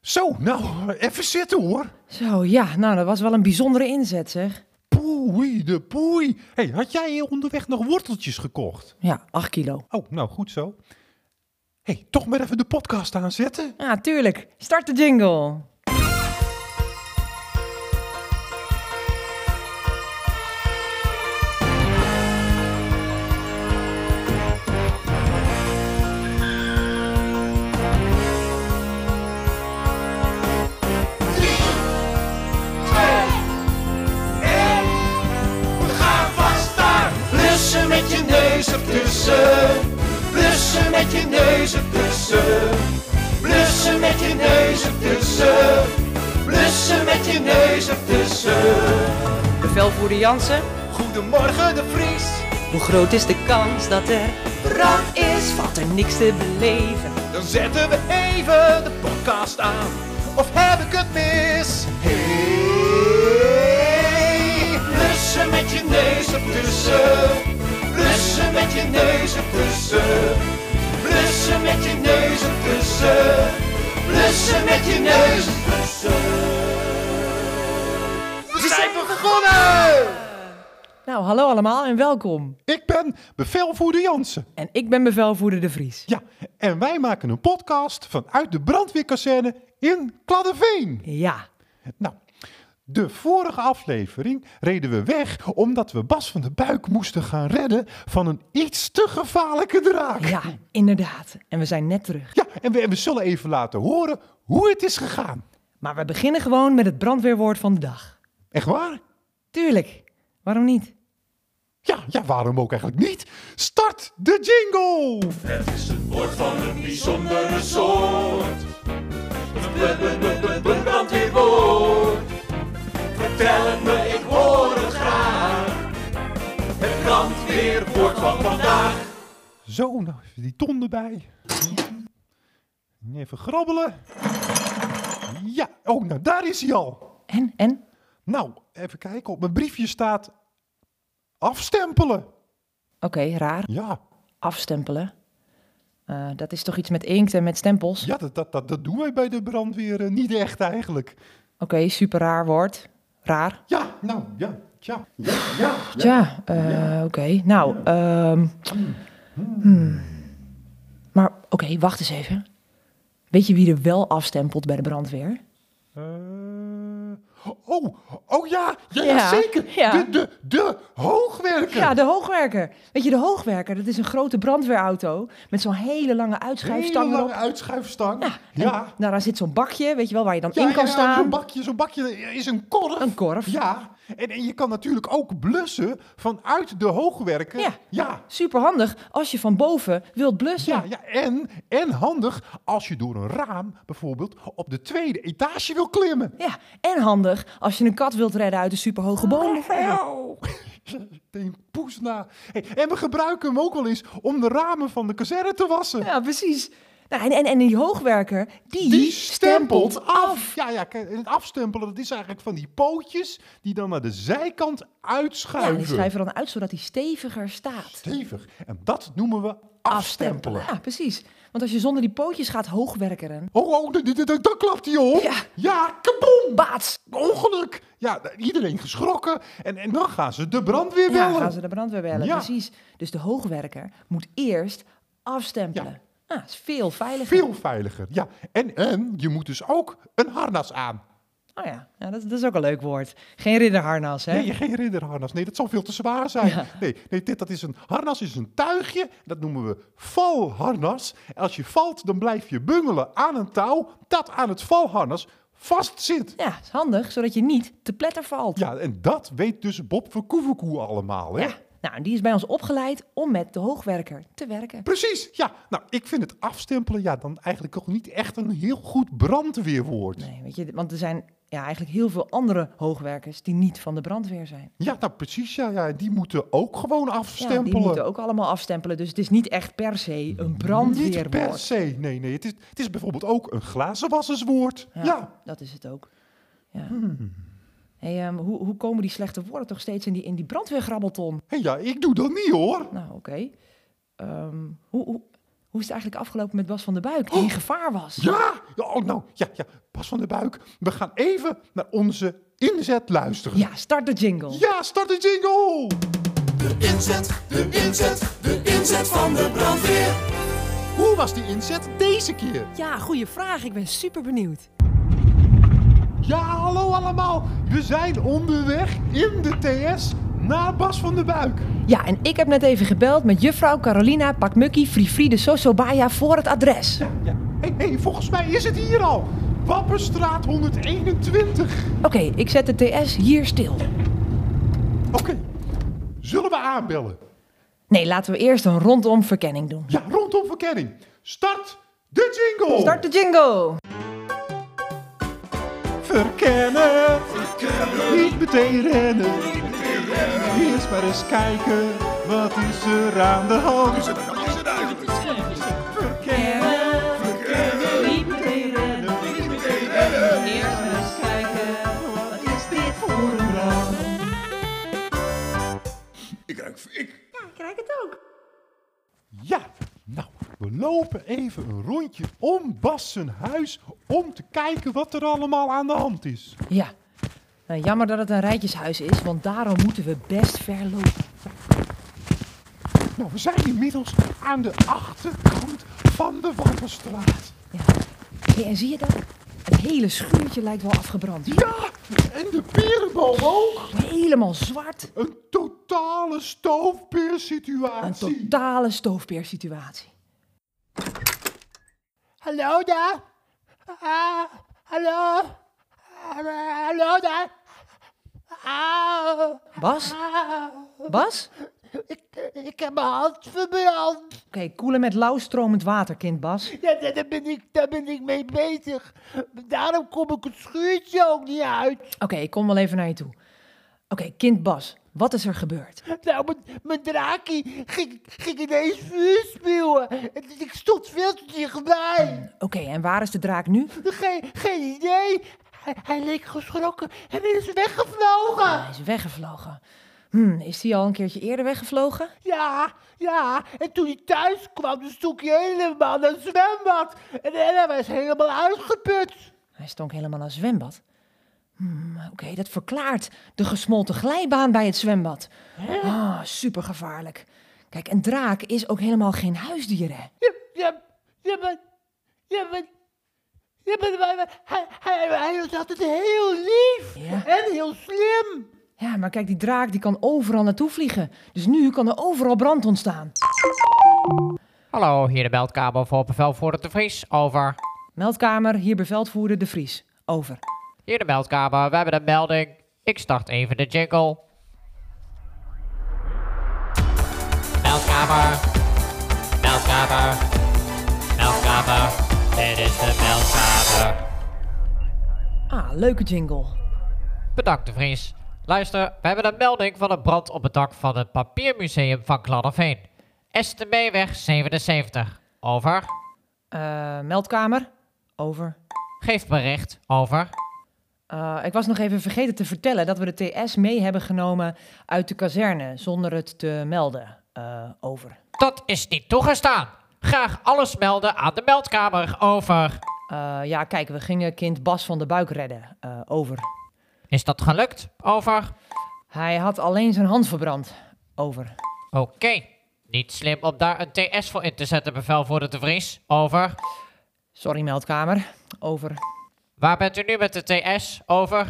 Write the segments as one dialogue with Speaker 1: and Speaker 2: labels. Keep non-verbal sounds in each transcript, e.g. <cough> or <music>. Speaker 1: Zo, nou, even zitten hoor.
Speaker 2: Zo, ja, nou, dat was wel een bijzondere inzet, zeg.
Speaker 1: Poei, de poei. hey, had jij onderweg nog worteltjes gekocht?
Speaker 2: Ja, 8 kilo.
Speaker 1: Oh, nou, goed zo. hey, toch maar even de podcast aanzetten.
Speaker 2: Ja, tuurlijk. Start de jingle.
Speaker 3: Blussen met je neus ertussen. Blussen met je neus ertussen. Blussen met je neus ertussen. Blussen met je neus ertussen.
Speaker 2: Bevelvoerder Jansen,
Speaker 3: Goedemorgen de Vries.
Speaker 2: hoe groot is de kans dat er brand is? Valt er niks te beleven?
Speaker 3: Dan zetten we even de podcast aan. Of heb ik het mis? Hey, blussen met je neus ertussen. Blussen met je neus ertussen. Blussen met je neus ertussen. Blussen met je neus ertussen. We zijn begonnen!
Speaker 2: Nou, hallo allemaal en welkom.
Speaker 1: Ik ben bevelvoerder Jansen.
Speaker 2: En ik ben bevelvoerder De Vries.
Speaker 1: Ja, en wij maken een podcast vanuit de brandweerkazerne in Kladdeveen.
Speaker 2: Ja,
Speaker 1: Nou, de vorige aflevering reden we weg omdat we Bas van de Buik moesten gaan redden van een iets te gevaarlijke draak.
Speaker 2: ja, inderdaad. En we zijn net terug.
Speaker 1: Ja, en we, en we zullen even laten horen hoe het is gegaan.
Speaker 2: Maar we beginnen gewoon met het brandweerwoord van de dag.
Speaker 1: Echt waar?
Speaker 2: Tuurlijk. Waarom niet?
Speaker 1: Ja, ja, waarom ook eigenlijk niet? Start de jingle!
Speaker 3: bijzondere soort. Brandweerwoord. Vertel het me, ik hoor het graag. Het brandweerwoord van vandaag.
Speaker 1: Zo, nou, even die ton erbij. Even grabbelen. Ja, oh, nou, daar is hij al.
Speaker 2: En, en?
Speaker 1: Nou, even kijken. Op mijn briefje staat afstempelen.
Speaker 2: Oké, raar.
Speaker 1: Ja,
Speaker 2: Afstempelen. Eh, dat is toch iets met inkt en met stempels?
Speaker 1: ja dat, dat, dat, dat doen wij bij de brandweer eh, niet echt eigenlijk.
Speaker 2: Oké, super raar woord. Raar.
Speaker 1: Ja, nou, ja, tja. Ja,
Speaker 2: Tja, eh, oké. Nou, ehm hmm. Maar oké, wacht eens even. Weet je wie er wel afstempelt bij de brandweer?
Speaker 1: Eh, oh, oh ja, ja, ja,
Speaker 2: Ja,
Speaker 1: zeker.
Speaker 2: ja.
Speaker 1: De, de, de hoogwerker.
Speaker 2: Ja, de hoogwerker. Weet je, de hoogwerker, dat is een grote brandweerauto met zo'n hele lange
Speaker 1: Hele
Speaker 2: uitschuifstang
Speaker 1: lange
Speaker 2: erop.
Speaker 1: uitschuifstang. Ja.
Speaker 2: En nou, daar zit zo'n bakje, weet je wel, waar je dan
Speaker 1: Ja,
Speaker 2: in kan
Speaker 1: ja, ja,
Speaker 2: staan.
Speaker 1: Zo'n bakje, zo'n bakje is een korf.
Speaker 2: Een korf.
Speaker 1: Ja, en, en je kan natuurlijk ook blussen vanuit de hoogwerker.
Speaker 2: Ja.
Speaker 1: Ja,
Speaker 2: Superhandig als je van boven wilt blussen.
Speaker 1: ja, ja. En, en handig als je door een raam bijvoorbeeld op de tweede etage wil klimmen.
Speaker 2: Ja, en handig als je een kat wilt redden uit een superhoge boom.
Speaker 1: <laughs> Teen poes na. Hey, en we gebruiken hem ook wel eens om de ramen van de kazerne te wassen.
Speaker 2: Ja, precies. Nou, en, en, en die hoogwerker, die,
Speaker 1: Ja, ja, kijk, en het afstempelen, dat is eigenlijk van die pootjes die dan naar de zijkant
Speaker 2: Ja, en
Speaker 1: uitschuiven.
Speaker 2: die schrijven dan uit zodat hij steviger staat.
Speaker 1: Stevig. En dat noemen we afstempelen.
Speaker 2: Ja, precies. Want als je zonder die pootjes gaat hoogwerkeren.
Speaker 1: Oh, oh, dit- dit- dit- dan klapt hij op.
Speaker 2: Ja.
Speaker 1: ja kaboom.
Speaker 2: Baats!
Speaker 1: Ongeluk. Ja, d- iedereen geschrokken. En, en dan gaan ze de brandweer
Speaker 2: Ja,
Speaker 1: bellen.
Speaker 2: gaan ze de brandweer bellen.
Speaker 1: Ja.
Speaker 2: Precies. Dus de hoogwerker moet eerst afstempelen.
Speaker 1: Ja.
Speaker 2: Ah, is veel veiliger.
Speaker 1: Veel veiliger. Ja, en, en je moet dus ook een harnas aan.
Speaker 2: Oh ja, ja dat, dat is ook een leuk woord. Geen ridderharnas, hè?
Speaker 1: Nee, geen ridderharnas. Nee, dat zal veel te zwaar zijn. Nee, nee dit, dat is een harnas is een tuigje. Dat noemen we valharnas. En als je valt, dan blijf je bungelen aan een touw dat aan het valharnas vastzit.
Speaker 2: Ja, is handig, zodat je niet te pletter valt.
Speaker 1: Ja, en dat weet dus Bob Verkoeverkoe allemaal, hè?
Speaker 2: Ja. Nou, en die is bij ons opgeleid om met de hoogwerker te werken.
Speaker 1: Precies, ja. Nou, ik vind het afstempelen ja, dan eigenlijk ook niet echt een heel goed brandweerwoord.
Speaker 2: Nee, weet je, want er zijn ja, eigenlijk heel veel andere hoogwerkers die niet van de brandweer zijn.
Speaker 1: Ja, nou precies, ja, ja. Die moeten ook gewoon
Speaker 2: Ja,
Speaker 1: afstempelen.
Speaker 2: die moeten ook allemaal afstempelen. Dus het is niet echt per se een brandweerwoord.
Speaker 1: Niet per se, nee, nee. Het is, het is bijvoorbeeld ook een glazenwasserswoord.
Speaker 2: Ja,
Speaker 1: Ja. Hmm.
Speaker 2: Dat is het ook. Ja. Hey, ehm, hoe, hoe komen die slechte woorden toch steeds in die, in die brandweergrabbelton?
Speaker 1: Hé, ja, ik doe dat niet hoor.
Speaker 2: Nou, oké. Ehm, hoe, hoe, hoe is het eigenlijk afgelopen met Bas van der Buik, die in gevaar was?
Speaker 1: Oh! Ja! Ja, Oh, nou, ja, ja. Pas van de buik. We gaan even naar onze inzet luisteren.
Speaker 2: Ja, start de jingle.
Speaker 1: Ja, start de jingle!
Speaker 3: De inzet, de inzet, de inzet van de brandweer.
Speaker 1: Hoe was die inzet deze keer?
Speaker 2: Ja, goede vraag. Ik ben super benieuwd.
Speaker 1: Ja, hallo allemaal. We zijn onderweg in de TS naar Bas van de Buik.
Speaker 2: Ja, en ik heb net even gebeld met juffrouw Carolina Pakmukkie Frifride Sosobaya voor het adres.
Speaker 1: Ja, ja. Hé, hey, volgens mij is het hier al. Wapperstraat 121.
Speaker 2: Oké, ik zet de TS hier stil.
Speaker 1: Oké, zullen we aanbellen?
Speaker 2: Nee, laten we eerst een rondom verkenning doen.
Speaker 1: Ja, rondom verkenning. Start de jingle.
Speaker 2: Start de jingle!
Speaker 1: Verkennen. Niet meteen rennen. Eerst maar eens kijken. Wat is er aan de hand? Verkennen. Niet meteen rennen.
Speaker 2: Eerst eens kijken.
Speaker 1: Wat is dit voor een brand?
Speaker 4: Ik ruik fik.
Speaker 1: Ja, nou, we lopen even een rondje om Bas zijn huis om te kijken wat er allemaal aan de hand is.
Speaker 2: Ja. Nou, jammer dat het een rijtjeshuis is, want daarom moeten we best ver lopen.
Speaker 1: Nou, we zijn inmiddels aan de achterkant van de Wappenstraat.
Speaker 2: Ja. Hey, en zie je dat? Het hele schuurtje lijkt wel afgebrand.
Speaker 1: Ja, en de perenboom ook.
Speaker 2: Helemaal zwart.
Speaker 1: Een totale
Speaker 2: Een
Speaker 1: stoofpeersituatie.
Speaker 2: totale stoofpeersituatie.
Speaker 1: Hallo daar. hallo. hallo daar.
Speaker 2: Bas? Bas?
Speaker 5: Ik, ik heb mijn hand verbrand.
Speaker 2: Oké, koelen met lauw stromend water, kind Bas.
Speaker 5: Ja, daar, daar ben ik, daar ben ik mee bezig. Daarom kom ik het schuurtje ook niet uit.
Speaker 2: Oké, ik kom wel even naar je toe. Oké, kind Bas, wat is er gebeurd?
Speaker 5: Nou, mijn, mijn draakie ging, ging ineens vuur spuwen. En Ik stond veel te dichtbij.
Speaker 2: Oké, en waar is de draak nu?
Speaker 5: Geen, geen idee. Hij, hij leek geschrokken en is weggevlogen.
Speaker 2: Hij is weggevlogen. Hm, is die al een keertje eerder weggevlogen?
Speaker 5: Ja, ja. En toen hij thuis kwam, dus toen hij helemaal naar het zwembad. En, en hij was helemaal uitgeput.
Speaker 2: Hij stonk helemaal naar zwembad. Hmm, Oké, dat verklaart de gesmolten glijbaan bij het zwembad. Ah, super gevaarlijk. Kijk, een draak is ook helemaal geen huisdier, hè?
Speaker 5: Ja, ja, ja, maar, ja, maar, ja, maar, maar- maar hij, hij, hij was altijd heel lief
Speaker 2: Ja.
Speaker 5: en heel slim.
Speaker 2: Ja, maar kijk, die draak die kan overal naartoe vliegen. Dus nu kan er overal brand ontstaan.
Speaker 6: Hallo, Oh, hier de beltkabel voor bevelvoerder de Vries, over.
Speaker 2: Meldkamer, hier beveldvoerder De Vries. Over.
Speaker 6: Hier de beltkabel, we hebben een melding. Ik start even de jingle. Meldkamer, meldkamer, meldkamer, dit is de meldkamer.
Speaker 2: Ah, leuke jingle.
Speaker 6: Bedankt de Vries. Luister, we hebben een melding van een brand op het dak van het papiermuseum van Kladderveen. STB-weg 77, over.
Speaker 2: Eh, meldkamer, over.
Speaker 6: Geef bericht, over.
Speaker 2: Eh, ik was nog even vergeten te vertellen dat we de TS mee hebben genomen uit de kazerne zonder het te melden. Eh, over.
Speaker 6: Dat is niet toegestaan. Graag alles melden aan de meldkamer. Over.
Speaker 2: Eh, ja, kijk, we gingen kind Bas van de buik redden. Eh, over.
Speaker 6: Is dat gelukt? Over.
Speaker 2: Hij had alleen zijn hand verbrand. Over.
Speaker 6: Oké. Niet slim om daar een TS voor in te zetten, bevelvoerder de Vries. Over.
Speaker 2: Sorry, meldkamer. Over.
Speaker 6: Waar bent u nu met de TS? Over.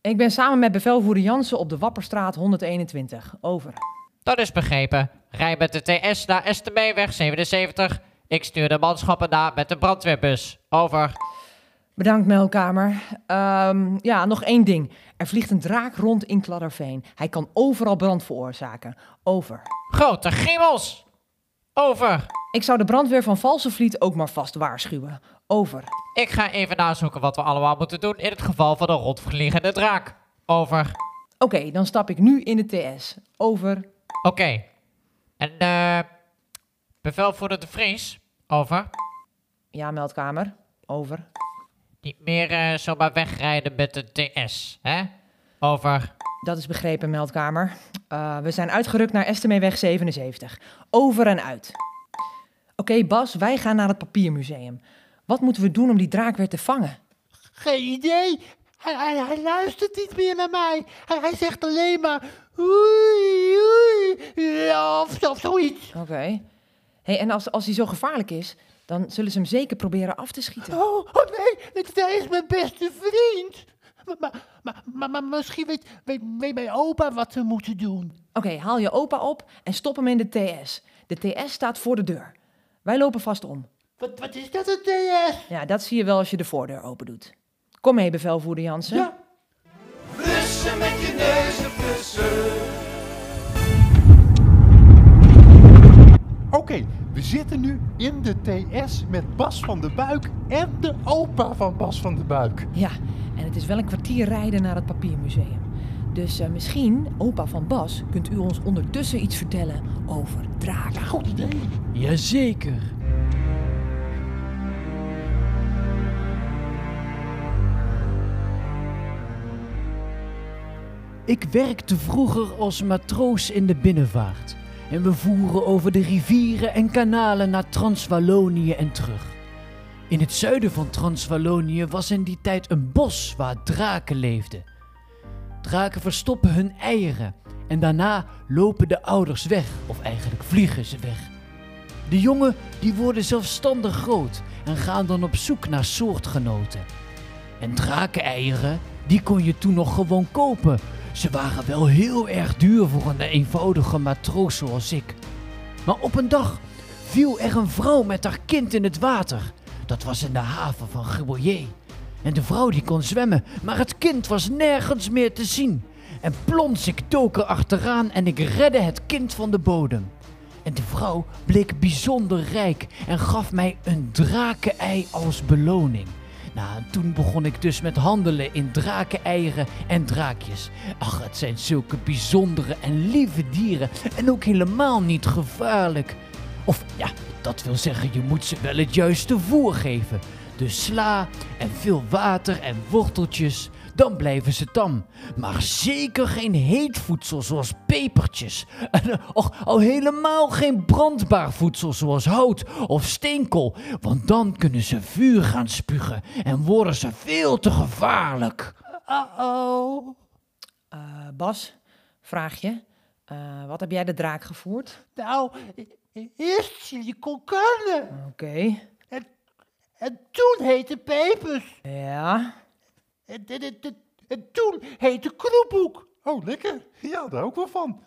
Speaker 2: Ik ben samen met bevelvoerder Jansen op de Wapperstraat 121. Over.
Speaker 6: Dat is begrepen. Rij met de TS naar STB-weg 77. Ik stuur de manschappen na met de brandweerbus. Over.
Speaker 2: Bedankt, meldkamer. Ehm, ja, nog één ding. Er vliegt een draak rond in Kladderveen. Hij kan overal brand veroorzaken. Over.
Speaker 6: Grote griemels. Over.
Speaker 2: Ik zou de brandweer van Valsevliet ook maar vast waarschuwen. Over.
Speaker 6: Ik ga even nazoeken wat we allemaal moeten doen in het geval van een rondvliegende draak. Over.
Speaker 2: Oké, dan stap ik nu in de TS. Over.
Speaker 6: Oké. En eh bevelvoerder de Vries, over.
Speaker 2: Ja, meldkamer. Over.
Speaker 6: Niet meer eh, zomaar wegrijden met de TS, hè? Over.
Speaker 2: Dat is begrepen, meldkamer. E Eh, we zijn uitgerukt naar Estemeeweg 77. Over en uit. Oké, Bas, wij gaan naar het papiermuseum. Wat moeten we doen om die draak weer te vangen?
Speaker 5: Geen idee. Hij, hij, hij luistert niet meer naar mij. Hij, hij zegt alleen maar oei, oei, of, of zoiets.
Speaker 2: Oké. Hey, en als, als hij zo gevaarlijk is, dan zullen ze hem zeker proberen af te schieten.
Speaker 5: Oh, oh nee, dat dat is mijn beste vriend. Maar, maar, maar, maar, maar misschien weet, weet, weet mijn opa wat we moeten doen.
Speaker 2: Oké, haal je opa op en stop hem in de TS. De TS staat voor de deur. Wij lopen vast om.
Speaker 5: Wat, wat is dat, een DS?
Speaker 2: Ja, dat zie je wel als je de voordeur open doet. Kom mee, bevelvoerder Jansen.
Speaker 1: Ja.
Speaker 3: Blussen met je neus op kussen.
Speaker 1: Oké, we zitten nu in de TS met Bas van de Buik en de opa van Bas van de Buik.
Speaker 2: Ja, en het is wel een kwartier rijden naar het papiermuseum. Dus eh, misschien, opa van Bas, kunt u ons ondertussen iets vertellen over draken.
Speaker 1: Goed idee.
Speaker 4: Jazeker. Ik werkte vroeger als matroos in de binnenvaart. En we voeren over de rivieren en kanalen naar Transwallonië en terug. In het zuiden van Transwallonië was in die tijd een bos waar draken leefden. Draken verstoppen hun eieren en daarna lopen de ouders weg, of eigenlijk vliegen ze weg. De jongen die worden zelfstandig groot en gaan dan op zoek naar soortgenoten. En drakeneieren, die kon je toen nog gewoon kopen. Ze waren wel heel erg duur voor een eenvoudige matroos zoals ik. Maar op een dag viel er een vrouw met haar kind in het water. Dat was in de haven van Gribouillet. En de vrouw die kon zwemmen, maar het kind was nergens meer te zien. En plons, ik dook er achteraan en ik redde het kind van de bodem. En de vrouw bleek bijzonder rijk en gaf mij een drakenei als beloning. Nou, en toen begon ik dus met handelen in drakeneieren en draakjes. Ach, het zijn zulke bijzondere en lieve dieren en ook helemaal niet gevaarlijk. Of ja, dat wil zeggen, je moet ze wel het juiste voer geven. Dus sla en veel water en worteltjes, dan blijven ze tam. Maar zeker geen heet voedsel zoals pepertjes. En eh, och, al helemaal geen brandbaar voedsel zoals hout of steenkool. Want dan kunnen ze vuur gaan spugen en worden ze veel te gevaarlijk.
Speaker 5: Uh-oh.
Speaker 2: Eh, Bas, vraag je, eh, wat heb jij de draak gevoerd?
Speaker 5: Nou, e- eerst chili con carne.
Speaker 2: Oké,
Speaker 5: En toen heette pepers.
Speaker 2: ja.
Speaker 5: En, en- en- en- en toen heette kroephoek.
Speaker 1: Oh, lekker. Ja, daar ook wel van.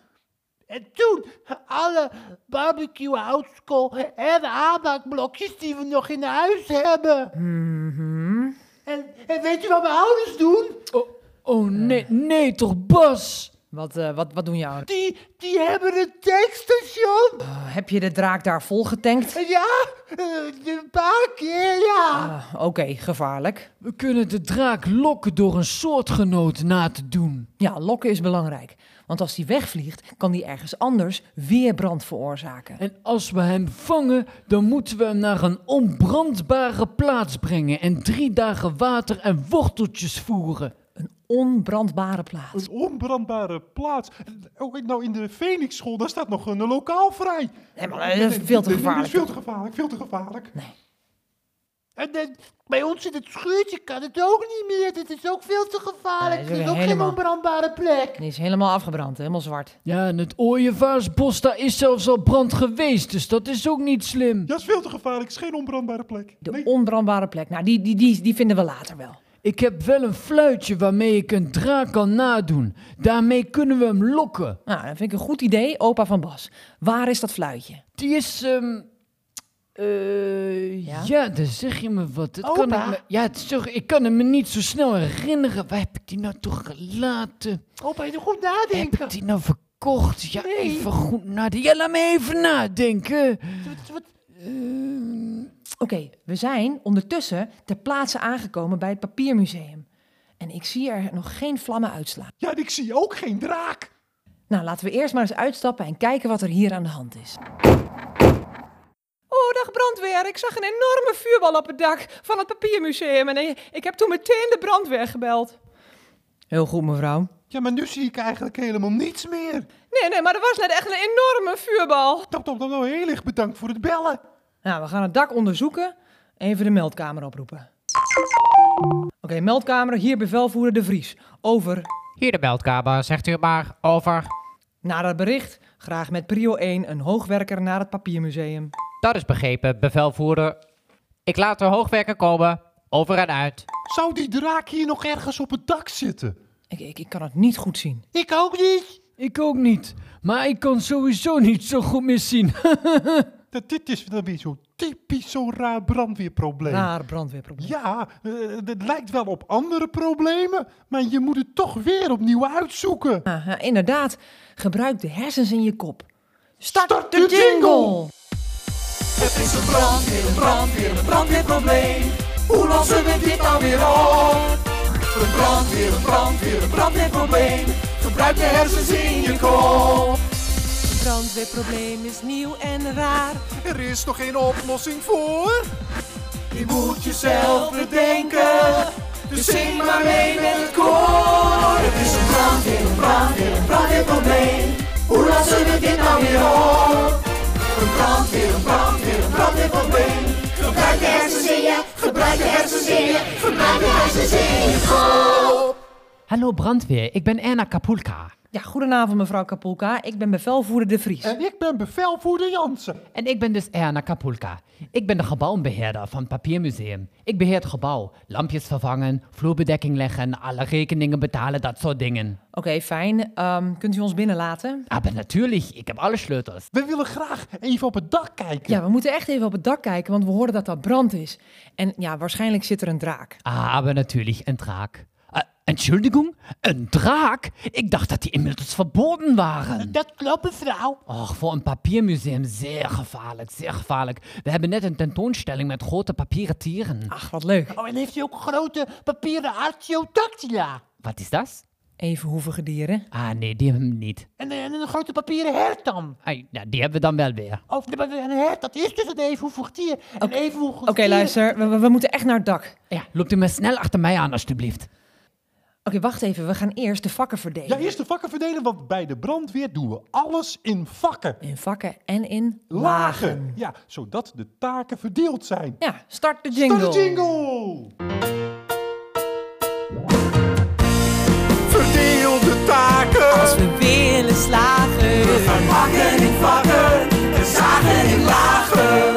Speaker 5: En toen alle barbecue houtskool en aanbaakblokjes die we nog in huis hebben. En, en weet je wat mijn ouders doen?
Speaker 4: Oh, oh nee, nee toch Bas?
Speaker 2: Eh. Wat, eh, wat, wat doen jou?
Speaker 5: Die, die hebben een tankstation.
Speaker 2: Eh, heb je de draak daar vol getankt?
Speaker 5: Ja, eh, een paar keer ja.
Speaker 2: Ah, Oké, gevaarlijk.
Speaker 4: We kunnen de draak lokken door een soortgenoot na te doen.
Speaker 2: Ja, lokken is belangrijk. Want als die wegvliegt, kan die ergens anders weer brand veroorzaken.
Speaker 4: En als we hem vangen, dan moeten we hem naar een onbrandbare plaats brengen en drie dagen water en worteltjes voeren.
Speaker 2: Onbrandbare plaats.
Speaker 1: Een onbrandbare plaats. Oh, nou, in de Phoenixschool, daar staat nog een lokaal vrij.
Speaker 2: Nee, maar Eh, dat is veel te
Speaker 1: Nee, nee,
Speaker 2: gevaarlijk.
Speaker 1: Dat is veel te gevaarlijk, veel te gevaarlijk.
Speaker 5: En, dan bij ons in het schuurtje kan het ook niet meer. Dit is ook veel te gevaarlijk.
Speaker 2: Ja, dat is
Speaker 5: Er is
Speaker 2: weer
Speaker 5: ook geen
Speaker 2: helemaal-
Speaker 5: onbrandbare plek.
Speaker 2: Die is helemaal afgebrand, helemaal zwart.
Speaker 4: Ja, en het ooievaarsbos, daar is zelfs al brand geweest, dus dat is ook niet slim.
Speaker 1: Ja, is veel te gevaarlijk. is geen onbrandbare plek.
Speaker 2: De
Speaker 1: Nee.
Speaker 2: onbrandbare plek. Nou, die, die, die, die vinden we later wel.
Speaker 4: Ik heb wel een fluitje waarmee ik een draak kan nadoen. Daarmee kunnen we hem lokken.
Speaker 2: Nou, dat vind ik een goed idee, opa van Bas. Waar is dat fluitje?
Speaker 4: Die is, ehm eh,
Speaker 2: Ja?
Speaker 4: ja? dan zeg je me wat. Het Kan
Speaker 5: Opa?
Speaker 4: ik, me, ja, het is toch- ik kan het me niet zo snel herinneren. Waar heb ik die nou toch gelaten?
Speaker 5: Opa, je moet goed
Speaker 4: Heb
Speaker 5: nadenken.
Speaker 4: ik die nou verkocht? Ja,
Speaker 5: Nee.
Speaker 4: even goed nadenken. Ja, laat me even nadenken.
Speaker 5: Wat- wat-
Speaker 4: Ehm,
Speaker 2: Oké, we zijn ondertussen ter plaatse aangekomen bij het papiermuseum. En ik zie er nog geen vlammen uitslaan.
Speaker 1: Ja, en ik zie ook geen draak.
Speaker 2: Nou, laten we eerst maar eens uitstappen en kijken wat er hier aan de hand is. Oh, dag brandweer. Ik zag een enorme vuurbal op het dak van het papiermuseum. En ik- ik heb toen meteen de brandweer gebeld. Heel goed, mevrouw.
Speaker 1: Ja, maar nu zie ik eigenlijk helemaal niets meer.
Speaker 2: Nee, nee, maar er was net echt een enorme vuurbal.
Speaker 1: Nou, Top, top, top, top. Heel erg bedankt voor het bellen.
Speaker 2: Nou, we gaan het dak onderzoeken. Even de meldkamer oproepen. Oké, meldkamer, hier bevelvoerder De Vries. Over.
Speaker 6: Hier de meldkamer, zegt u maar. Over.
Speaker 2: Naar het bericht. Graag met prio 1 een hoogwerker naar het papiermuseum.
Speaker 6: Dat is begrepen, bevelvoerder. Ik laat de hoogwerker komen. Over en uit.
Speaker 1: Zou die draak hier nog ergens op het dak zitten?
Speaker 2: Ik, ik, ik kan het niet goed zien.
Speaker 5: Ik ook niet.
Speaker 4: Ik ook niet. Maar ik kan sowieso niet zo goed meer zien. <laughs>
Speaker 1: Dat, dit is dan weer zo'n typisch zo'n raar brandweerprobleem.
Speaker 2: Naar brandweerprobleem.
Speaker 1: Ja, eh, het lijkt wel op andere problemen, maar je moet het toch weer opnieuw uitzoeken.
Speaker 2: Ah, ja, inderdaad, gebruik de hersens in je kop. Start,
Speaker 1: Start
Speaker 2: de,
Speaker 1: de
Speaker 2: jingle!
Speaker 1: jingle!
Speaker 3: Het is een brandweer, een brandweer, een brandweerprobleem. Hoe lossen we dit nou weer op? Een brandweer, een brandweer, een brandweerprobleem. Gebruik je hersens in je kop.
Speaker 2: Brandweerprobleem is nieuw en raar.
Speaker 1: Er is nog geen oplossing voor.
Speaker 3: Je moet jezelf bedenken. Dus zing maar mee met het koor. Het is een brandweer, een brandweer, een brandweerprobleem. Hoe lossen we dit nou weer op? Een brandweer, een brandweer, een brandweerprobleem. Gebruik de hersens in je, gebruik de hersens in je, gebruik de hersens in je kop.
Speaker 6: Hallo brandweer, ik ben Erna Kapulka.
Speaker 2: Ja, goedenavond mevrouw Kapulka. Ik ben bevelvoerder De Vries.
Speaker 1: En ik ben bevelvoerder Jansen.
Speaker 6: En ik ben dus Erna Kapulka. Ik ben de gebouwbeheerder van het Papiermuseum. Ik beheer het gebouw. Lampjes vervangen, vloerbedekking leggen, alle rekeningen betalen, dat soort dingen.
Speaker 2: Oké, fijn. Ehm, kunt u ons binnenlaten?
Speaker 6: Maar natuurlijk, ik heb alle sleutels.
Speaker 1: We willen graag even op het dak kijken.
Speaker 2: Ja, we moeten echt even op het dak kijken, want we hoorden dat dat brand is. En ja, waarschijnlijk zit er een draak.
Speaker 6: Ah, aber natürlich ein Drag. Äh, Entschuldigung, ein Drag? Ich dachte, dass die Immortals verboten waren.
Speaker 5: Dat klopt, mevrouw.
Speaker 6: Och, voor een papiermuseum zeer gevaarlijk, zeer gevaarlijk. We hebben net een tentoonstelling met grote papieren tieren.
Speaker 2: Ach, wat leuk.
Speaker 5: Oh, en heeft hij ook grote papieren artiodactyla.
Speaker 6: Wat is dat?
Speaker 2: Evenhoevige dieren.
Speaker 6: Ah, nee, die hebben we niet.
Speaker 5: En, eh, en een grote papieren hert dan.
Speaker 6: Ai, nou, die hebben we dan wel weer.
Speaker 5: Of nee, maar een hert, dat is dus een evenhoevig dier. Een evenhoevig
Speaker 2: Oké, luister, we, we- we moeten echt naar het dak. Oké,
Speaker 6: Ja, loopt u maar snel achter mij aan, alstublieft.
Speaker 2: wacht even, we gaan eerst de vakken
Speaker 1: Ja,
Speaker 2: verdelen.
Speaker 1: eerst de vakken verdelen, want bij de brandweer doen we alles in vakken.
Speaker 2: In vakken en in lagen.
Speaker 1: Lagen. Ja, zodat de taken verdeeld zijn.
Speaker 2: Ja, start de jingle.
Speaker 1: Tot de jingle!
Speaker 3: Verdeel de taken. Als we willen slagen. We gaan hakken in vakken en zagen in lagen.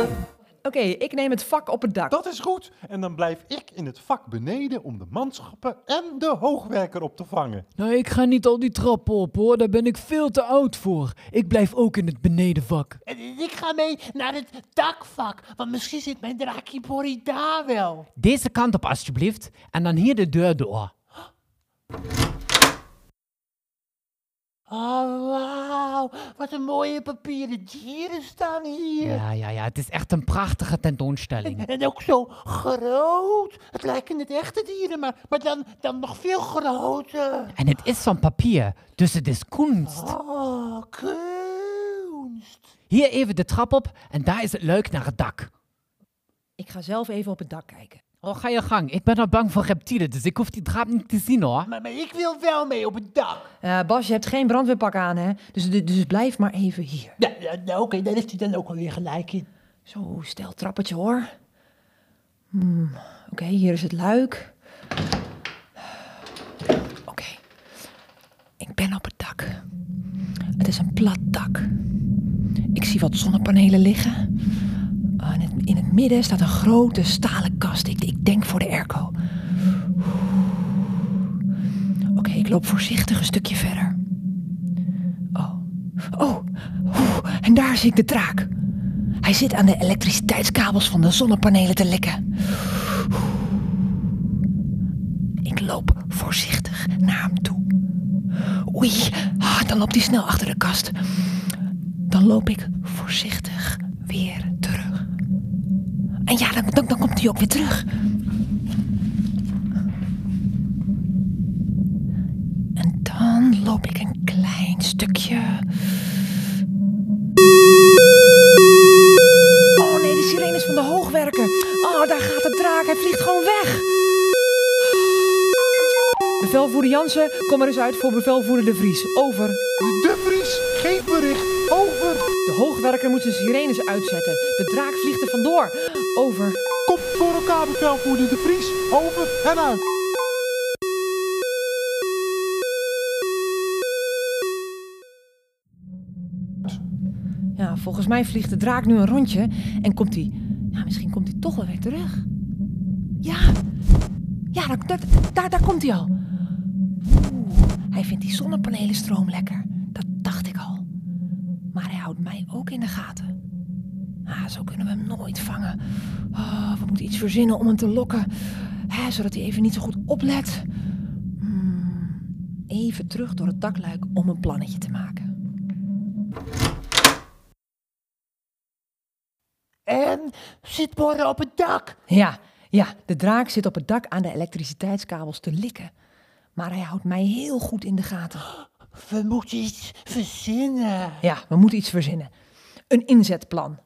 Speaker 2: Oké, ik neem het vak op het dak.
Speaker 1: Dat is goed. En dan blijf ik in het vak beneden om de manschappen en de hoogwerker op te vangen.
Speaker 4: nou, ik ga niet al die trappen op hoor. Daar ben ik veel te oud voor. Ik blijf ook in het benedenvak.
Speaker 5: En ik ga mee naar het dakvak, want misschien zit mijn draakje Borrie daar wel.
Speaker 6: Deze kant op, alstublieft. En dan hier de deur door.
Speaker 5: Oh, wauw. Wat een mooie papieren dieren staan hier.
Speaker 6: Ja, ja, ja, het is echt een prachtige tentoonstelling.
Speaker 5: En ook zo groot. Het lijken net echte dieren, maar, maar dan, dan nog veel groter.
Speaker 6: En het is van papier, dus het is kunst.
Speaker 5: Oh, kunst.
Speaker 6: Hier even de trap op en daar is het luik naar het dak.
Speaker 2: Ik ga zelf even op het dak kijken.
Speaker 6: Oh, ga je gang. Ik ben al bang voor reptielen, dus ik hoef die draad niet te zien hoor.
Speaker 5: Maar, maar ik wil wel mee op het dak.
Speaker 2: Eh, Bas, je hebt geen brandweerpak aan, hè? Dus, dus blijf maar even hier.
Speaker 5: Ja, ja, nou, oké, daar heeft hij dan ook alweer gelijk in.
Speaker 2: Zo, stel trappetje hoor. Hmm, Oké, hier is het luik. Oké. Ik ben op het dak. Het is een plat dak. Ik zie wat zonnepanelen liggen. Ah, In het, in het midden staat een grote stalen kast. Ik, ik denk voor de airco. Oké, ik loop voorzichtig een stukje verder. Oh. Oh. Oeh, en daar zie ik de draak. Hij zit aan de elektriciteitskabels van de zonnepanelen te likken. Ik loop voorzichtig naar hem toe. Oei, ah, dan loopt hij snel achter de kast. Dan loop ik voorzichtig weer terug. En ja, dan, dan, dan komt hij ook weer terug. En dan loop ik een klein stukje Oh nee, de sirene is van de hoogwerker. Oh, daar gaat de draak. Hij vliegt gewoon weg. Bevelvoerder Jansen, kom er eens uit voor bevelvoerder De Vries. Over.
Speaker 1: De Vries, geef bericht. Over.
Speaker 2: De hoogwerker moet zijn sirenes uitzetten. De draak vliegt er vandoor. Over.
Speaker 1: Kop voor elkaar bevelvoerder de Vries. Over en uit.
Speaker 2: Ja, volgens mij vliegt de draak nu een rondje en komt hij. Ja, misschien komt hij toch wel weer terug. Ja, ja, daar, daar, daar, daar komt hij al. Oeh, hij vindt die zonnepanelenstroom lekker. Dat dacht ik al. Maar hij houdt mij ook in de gaten. Ah, zo kunnen we hem nooit vangen. Ah, we moeten iets verzinnen om hem te lokken, hè, zodat hij even niet zo goed oplet. Hmm, even terug door het dakluik om een plannetje te maken.
Speaker 5: En zit morgen op het dak.
Speaker 2: Ja, ja, de draak zit op het dak aan de elektriciteitskabels te likken. Maar hij houdt mij heel goed in de gaten.
Speaker 5: We moeten iets verzinnen.
Speaker 2: Ja, we moeten iets verzinnen. Een inzetplan.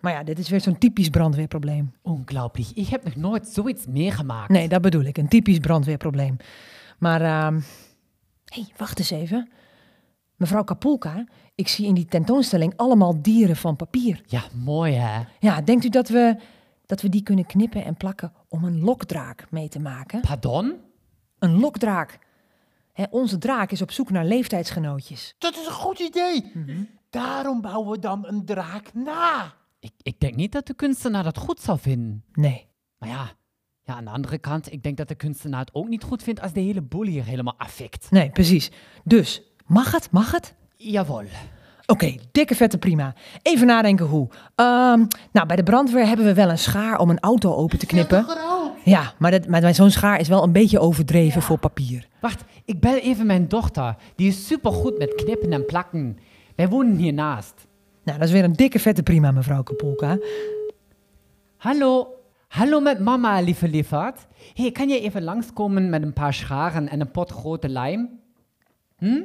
Speaker 2: Maar ja, dit is weer zo'n typisch brandweerprobleem.
Speaker 4: Unglaublich, ik heb nog nooit zoiets meegemaakt.
Speaker 2: Nee, dat bedoel ik. Een typisch brandweerprobleem. Maar, ehm, hé, wacht eens even. Mevrouw Kapulka, ik zie in die tentoonstelling allemaal dieren van papier.
Speaker 4: Ja, mooi hè.
Speaker 2: Ja, denkt u dat we, dat we die kunnen knippen en plakken om een lokdraak mee te maken?
Speaker 4: Pardon?
Speaker 2: Een lokdraak. Hè, onze draak is op zoek naar leeftijdsgenootjes.
Speaker 5: Dat is een goed idee. Daarom bouwen we dan een draak na.
Speaker 4: Ik, ik denk niet dat de kunstenaar dat goed zou vinden.
Speaker 2: Nee.
Speaker 4: Maar ja, ja, aan de andere kant, ik denk dat de kunstenaar het ook niet goed vindt als de hele boel hier helemaal afvikt.
Speaker 2: Nee, precies. Dus, mag het? Mag het?
Speaker 4: Jawel.
Speaker 2: Oké, dikke vette prima. Even nadenken hoe. Ehm, nou, bij de brandweer hebben we wel een schaar om een auto open te knippen. Ja, maar, dat, maar zo'n schaar is wel een beetje overdreven voor papier.
Speaker 4: Wacht, ik bel even mijn dochter. Die is supergoed met knippen en plakken. Wij wonen hiernaast.
Speaker 2: Nou, dat is weer een dikke vette prima, mevrouw Kapolka.
Speaker 4: Hallo. Hallo met mama, lieve lieverd. hey, kan je even langskomen met een paar scharen en een pot grote lijm? Hm?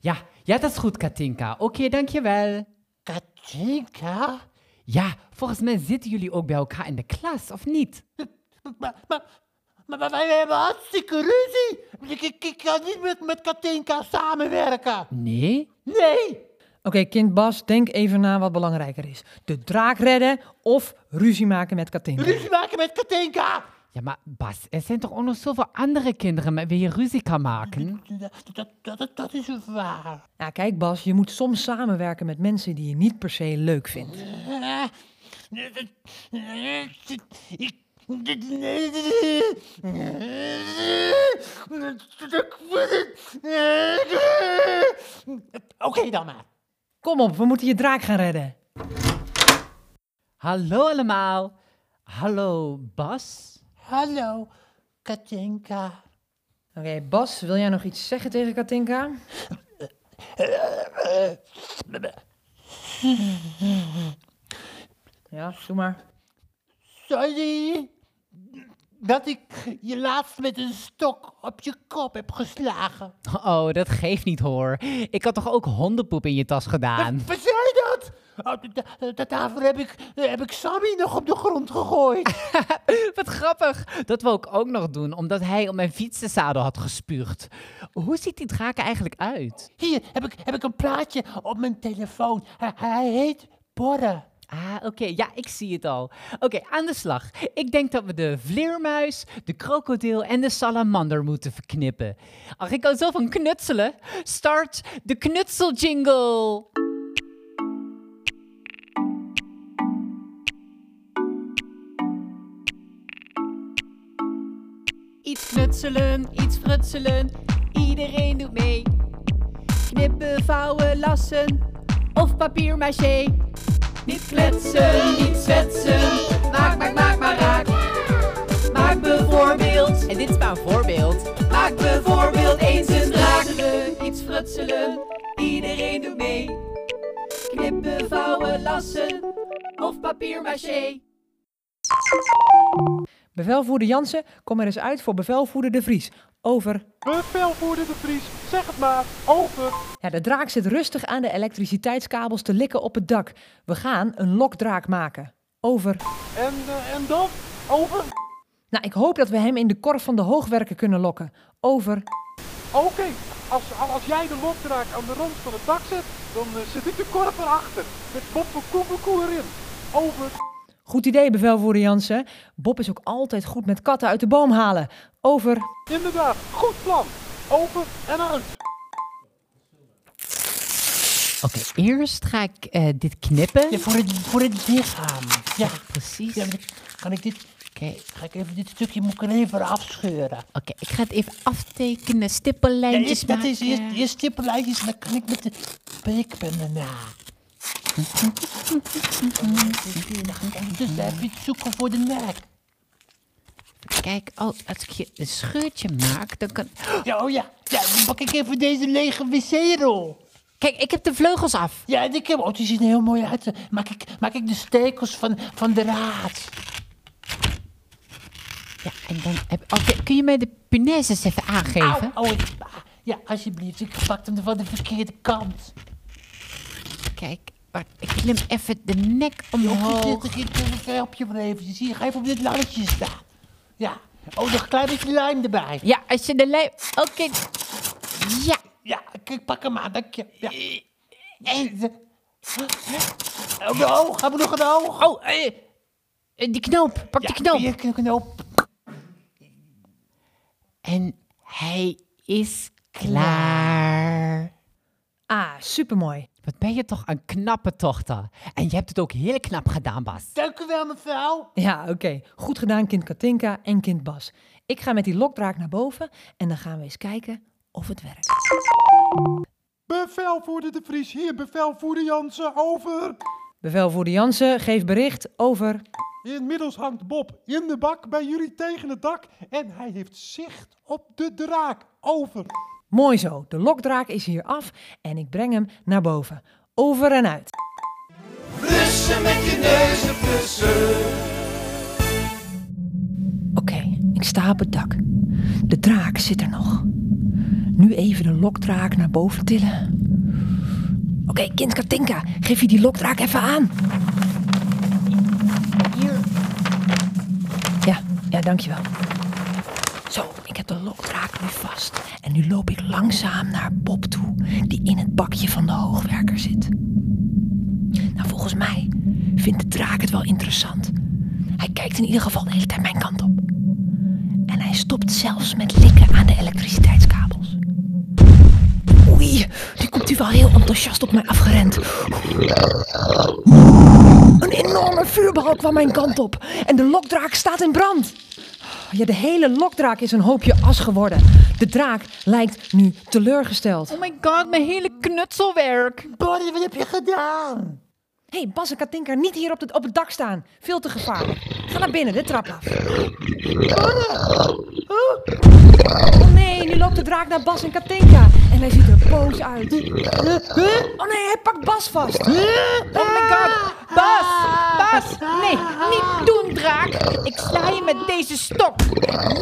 Speaker 4: Ja, ja, dat is goed, Katinka. Oké, dankjewel.
Speaker 5: Katinka?
Speaker 4: Ja, volgens mij zitten jullie ook bij elkaar in de klas, of niet?
Speaker 5: Maar, maar, maar, maar wij hebben hartstikke ruzie. Ik, ik, ik kan niet met, met Katinka samenwerken.
Speaker 4: Nee?
Speaker 5: Nee.
Speaker 2: Oké, kind Bas, denk even na wat belangrijker is. De draak redden of ruzie maken met Katinka.
Speaker 5: Ruzie maken met Katinka.
Speaker 4: Ja, maar Bas, er zijn toch ook nog zoveel andere kinderen met wie je ruzie kan
Speaker 5: <laughs>
Speaker 4: maken?
Speaker 5: Dat, dat, dat, dat is waar.
Speaker 2: Nou, kijk Bas, je moet soms samenwerken met mensen die je niet per se leuk vindt.
Speaker 5: Oké dan maar.
Speaker 2: Kom op, we moeten je draak gaan redden.
Speaker 4: Hallo allemaal. Hallo Bas.
Speaker 5: Hallo, Katinka.
Speaker 2: Oké, Bas, wil jij nog iets zeggen tegen Katinka? Ja, doe maar.
Speaker 5: Sorry dat ik je laatst met een stok op je kop heb geslagen.
Speaker 4: Oh, dat geeft niet hoor. Ik had toch ook hondenpoep in je tas gedaan?
Speaker 5: Wat zei dat? Oh, da- da- da- daarvoor heb ik, eh, heb ik Sammy nog op de grond gegooid.
Speaker 4: <laughs> Wat grappig. Dat wou ik ook nog doen, omdat hij op mijn fietsenzadel had gespuugd. Hoe ziet die draak er eigenlijk uit?
Speaker 5: Hier heb ik, heb ik een plaatje op mijn telefoon. Hij, hij heet Borre.
Speaker 4: Ah, oké. Ja, ik zie het al. Oké, aan de slag. Ik denk dat we de vleermuis, de krokodil en de salamander moeten verknippen. Ach, ik kan zo van knutselen. Start de knutseljingle.
Speaker 7: Iets knutselen, iets frutselen, iedereen doet mee. Knippen, vouwen, lassen of papier maché. Niet kletsen, niet zwetsen, maak, maak, maak maar raak. Maak bijvoorbeeld, en dit is maar een voorbeeld. Maak bijvoorbeeld eens een draak. Iets frutselen, iedereen doet mee. Knippen, vouwen, lassen of papier maché.
Speaker 2: Bevelvoerder Jansen, kom er eens uit voor bevelvoerder De Vries. Over.
Speaker 1: Bevelvoerder de Vries. Zeg het maar. Over.
Speaker 2: Ja, de draak zit rustig aan de elektriciteitskabels te likken op het dak. We gaan een lokdraak maken. Over.
Speaker 1: En, eh, en dan? Over.
Speaker 2: Nou, ik hoop dat we hem in de korf van de hoogwerker kunnen lokken. Over.
Speaker 1: Oké.
Speaker 3: Als, als jij de lopdraak aan de rand van het dak zet, dan eh, zit ik de korf erachter. Met Bob erin. Over.
Speaker 2: Goed idee, bevelvoerder Jansen. Bob is ook altijd goed met katten uit de boom halen. Over.
Speaker 3: Inderdaad, goed plan. Over en uit.
Speaker 4: Oké, eerst ga ik eh, dit knippen.
Speaker 5: Ja, voor het, voor het lichaam. Ja,
Speaker 4: Precies.
Speaker 5: ja
Speaker 4: Oké,
Speaker 5: maar ik- kan ik dit... Ga ik even dit stukje moet ik er even afscheuren.
Speaker 4: oké, ik ga het even aftekenen,
Speaker 5: Ja,
Speaker 4: stippellijntjes
Speaker 5: eerst, dat
Speaker 4: maken.
Speaker 5: is eerst, eerst stippellijntjes en dan kan ik met de breekpen erna. Dus even iets zoeken voor de nek.
Speaker 4: Kijk, oh, als ik hier een scheurtje maak, dan kan...
Speaker 5: Ja, oh ja. Ja, dan pak ik even deze lege wc-rol.
Speaker 4: Kijk, ik heb de vleugels af.
Speaker 5: Ja, en ik heb... Oh, die ziet er heel mooi uit. Eh, Maak ik, maak ik de stekels van, van de raad.
Speaker 4: Ja, en dan heb... Oké, kun je mij de punaises even aangeven?
Speaker 5: Au, au, ik- ah, ja, alsjeblieft. Ik pak hem van de verkeerde kant.
Speaker 4: Kijk, wacht, ik klim even de nek
Speaker 5: Zit
Speaker 4: omhoog.
Speaker 5: er in het helpje maar even. Zie je, ga even op dit lammetje staan. Ja. Oh, nog een klein beetje lijm erbij.
Speaker 4: Ja, als je de lijm... Oké. eh, Ja,
Speaker 5: Ja, kijk, pak hem aan, dank je. Ja. Oh, mijn oog, hebben we nog een oog?
Speaker 4: oh, eh, eh, die knoop. Pak die knoop.
Speaker 5: Hier, kn- knoop.
Speaker 4: En hij is klaar.
Speaker 2: Ah, supermooi.
Speaker 4: Wat ben je toch een knappe dochter. En je hebt het ook heel knap gedaan, Bas.
Speaker 5: Dank u wel, mevrouw.
Speaker 2: Ja, oké. Goed gedaan, kind Katinka en kind Bas. Ik ga met die lokdraak naar boven en dan gaan we eens kijken of het werkt.
Speaker 1: Bevelvoerder de Vries hier, bevelvoerder Jansen, over.
Speaker 2: Bevelvoerder Jansen, geef bericht over.
Speaker 1: Inmiddels hangt Bob in de bak bij jullie tegen het dak en hij heeft zicht op de draak, over.
Speaker 2: Mooi zo, de lokdraak is hier af en ik breng hem naar boven. Over en uit.
Speaker 8: Blussen met je neus op kussen.
Speaker 2: Oké, ik sta op het dak. De draak zit er nog. Nu even de lokdraak naar boven tillen. Oké, kind Katinka, geef je die lokdraak even aan. Hier. Ja, ja, dankjewel. Zo, ik heb de lokdraak nu vast. En nu loop ik langzaam naar Bob toe, die in het bakje van de hoogwerker zit. Nou, volgens mij vindt de draak het wel interessant. Hij kijkt in ieder geval de hele tijd mijn kant op. En hij stopt zelfs met likken aan de elektriciteitskabels. Oei, nu komt hij wel heel enthousiast op mij afgerend. Een enorme vuurbal kwam mijn kant op. En de lokdraak staat in brand. Oh Ja, de hele lokdraak is een hoopje as geworden. De draak lijkt nu teleurgesteld.
Speaker 4: Oh my god, mijn hele knutselwerk.
Speaker 5: Bonnie, wat heb je gedaan?
Speaker 2: Hé, hey, Bas en Katinka, niet hier op het, op het dak staan. Veel te gevaarlijk. Ga naar binnen, de trap af. Oh nee, nu loopt de draak naar Bas en Katinka. En hij ziet er boos uit. Oh nee, hij pakt Bas vast.
Speaker 4: Oh my god, Bas, Bas. Nee, niet doen, draak. Ik sla je met deze stok.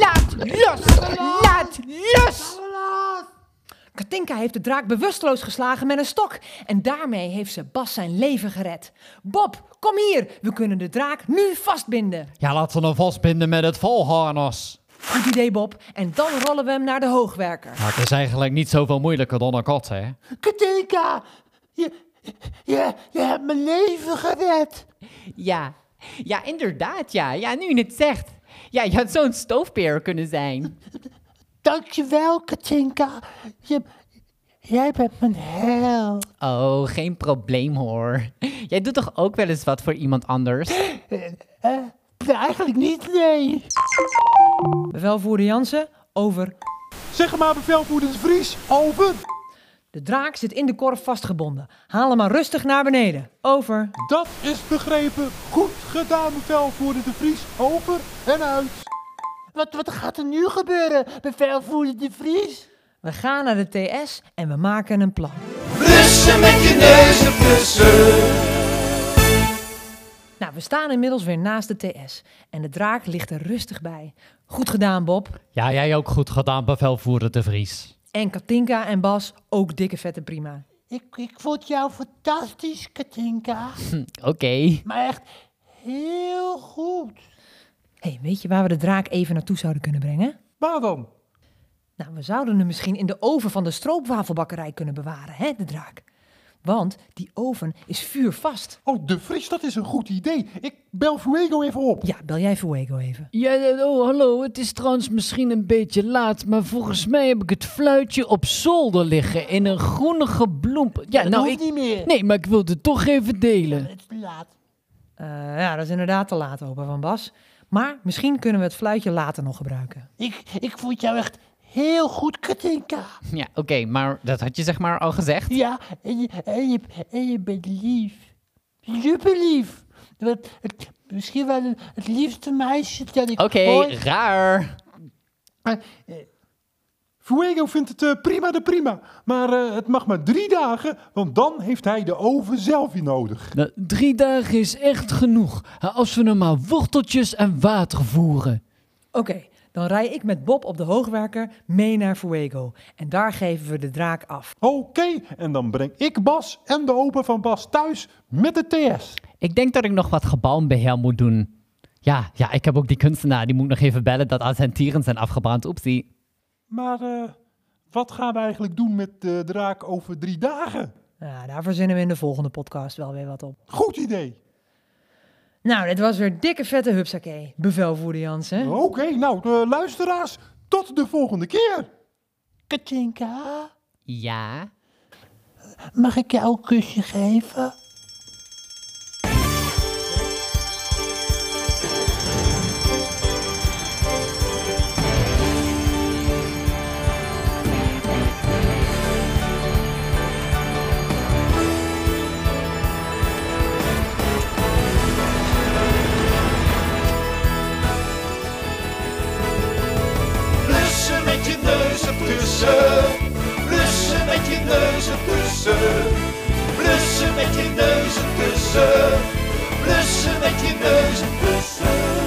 Speaker 4: Laat los, laat los.
Speaker 2: Katinka heeft de draak bewusteloos geslagen met een stok. En daarmee heeft ze Bas zijn leven gered. Bob, kom hier. We kunnen de draak nu vastbinden.
Speaker 6: Ja, laten we hem vastbinden met het valharnas.
Speaker 2: Goed idee, Bob. En dan rollen we hem naar de hoogwerker.
Speaker 6: Maar het is eigenlijk niet zoveel moeilijker dan een kat, hè?
Speaker 5: Katinka, je, je, je hebt mijn leven gered.
Speaker 4: Ja, ja, inderdaad, ja. Ja, nu je het zegt. Ja, je had zo'n stoofpeer kunnen zijn.
Speaker 5: Dankjewel, Katinka. Je, jij bent mijn held.
Speaker 4: Oh, geen probleem hoor. Jij doet toch ook wel eens wat voor iemand anders?
Speaker 5: Eigenlijk niet, nee.
Speaker 2: Bevelvoerder Jansen, over.
Speaker 1: Zeg maar bevelvoerder de Vries, over.
Speaker 2: De draak zit in de korf vastgebonden. Haal hem maar rustig naar beneden. Over.
Speaker 1: Dat is begrepen. Goed gedaan, bevelvoerder de Vries, over en uit.
Speaker 5: Wat, wat gaat er nu gebeuren, bevelvoerder de Vries?
Speaker 2: We gaan naar de TS en we maken een plan.
Speaker 8: Blussen met je neus op kussen.
Speaker 2: Nou, we staan inmiddels weer naast de TS. En de draak ligt er rustig bij. Goed gedaan, Bob.
Speaker 6: Ja, jij ook goed gedaan, bevelvoerder de Vries.
Speaker 2: En Katinka en Bas, ook dikke vette prima.
Speaker 5: Ik, ik vond jou fantastisch,
Speaker 4: <laughs>
Speaker 5: Katinka.
Speaker 4: Oké.
Speaker 5: Maar echt heel goed.
Speaker 4: Eh,
Speaker 2: Hé, hey, weet je waar we de draak even naartoe zouden kunnen brengen?
Speaker 1: Maar dan?
Speaker 2: Nou, we zouden hem misschien in de oven van de stroopwafelbakkerij kunnen bewaren, hè, de draak. Want die oven is vuurvast.
Speaker 1: Oh, de Vries, dat is een goed idee. Ik bel Fuego even op.
Speaker 2: Ja, bel jij Fuego even.
Speaker 4: Ja, eh, oh hallo, het is trouwens misschien een beetje laat, maar volgens mij heb ik het fluitje op zolder liggen in een groenige bloem. Ja,
Speaker 5: dat
Speaker 4: nou,
Speaker 5: hoeft
Speaker 4: ik...
Speaker 5: niet meer.
Speaker 4: Nee, maar ik wilde het toch even delen.
Speaker 5: Het is te laat.
Speaker 2: Eh, ja, dat is inderdaad te laat, opa van Bas. Maar misschien kunnen we het fluitje later nog gebruiken.
Speaker 5: Ik, ik vond jou echt heel goed, Katinka.
Speaker 9: Ja, oké, maar dat had je zeg maar al gezegd.
Speaker 5: Ja, en je, en je, en je bent lief. Superlief. Want het, misschien wel een- het liefste meisje dat ik
Speaker 9: Oké,
Speaker 5: ooit...
Speaker 9: raar.
Speaker 1: Fuego vindt het eh, prima de prima. Maar eh, het mag maar drie dagen, want dan heeft hij de oven zelf weer nodig.
Speaker 4: Nou, drie dagen is echt genoeg, eh, als we hem maar worteltjes en water voeren.
Speaker 2: Oké, dan rij ik met Bob op de hoogwerker mee naar Fuego. En daar geven we de draak af.
Speaker 1: Oké, en dan breng ik Bas en de opa van Bas thuis met de TS.
Speaker 9: Ik denk dat ik nog wat gebouwenbeheer moet doen. Ja, ja, ik heb ook die kunstenaar, die moet ik nog even bellen dat al zijn tieren zijn afgebrand. Oepsie.
Speaker 1: Maar eh, wat gaan we eigenlijk doen met eh, de draak over drie dagen?
Speaker 2: Nou, daar verzinnen we in de volgende podcast wel weer wat op.
Speaker 1: Goed idee.
Speaker 2: Nou, dit was weer dikke vette hupsakee. Bevelvoerder Jansen.
Speaker 1: Oké, nou, de luisteraars, tot de volgende keer.
Speaker 5: Katinka,
Speaker 9: Ja.
Speaker 5: "Ah, mag ik jou een kusje geven?
Speaker 3: Blussen met je neus ertussen. Blussen met je neus ertussen. Blussen met je neus ertussen. Blussen met je neus ertussen.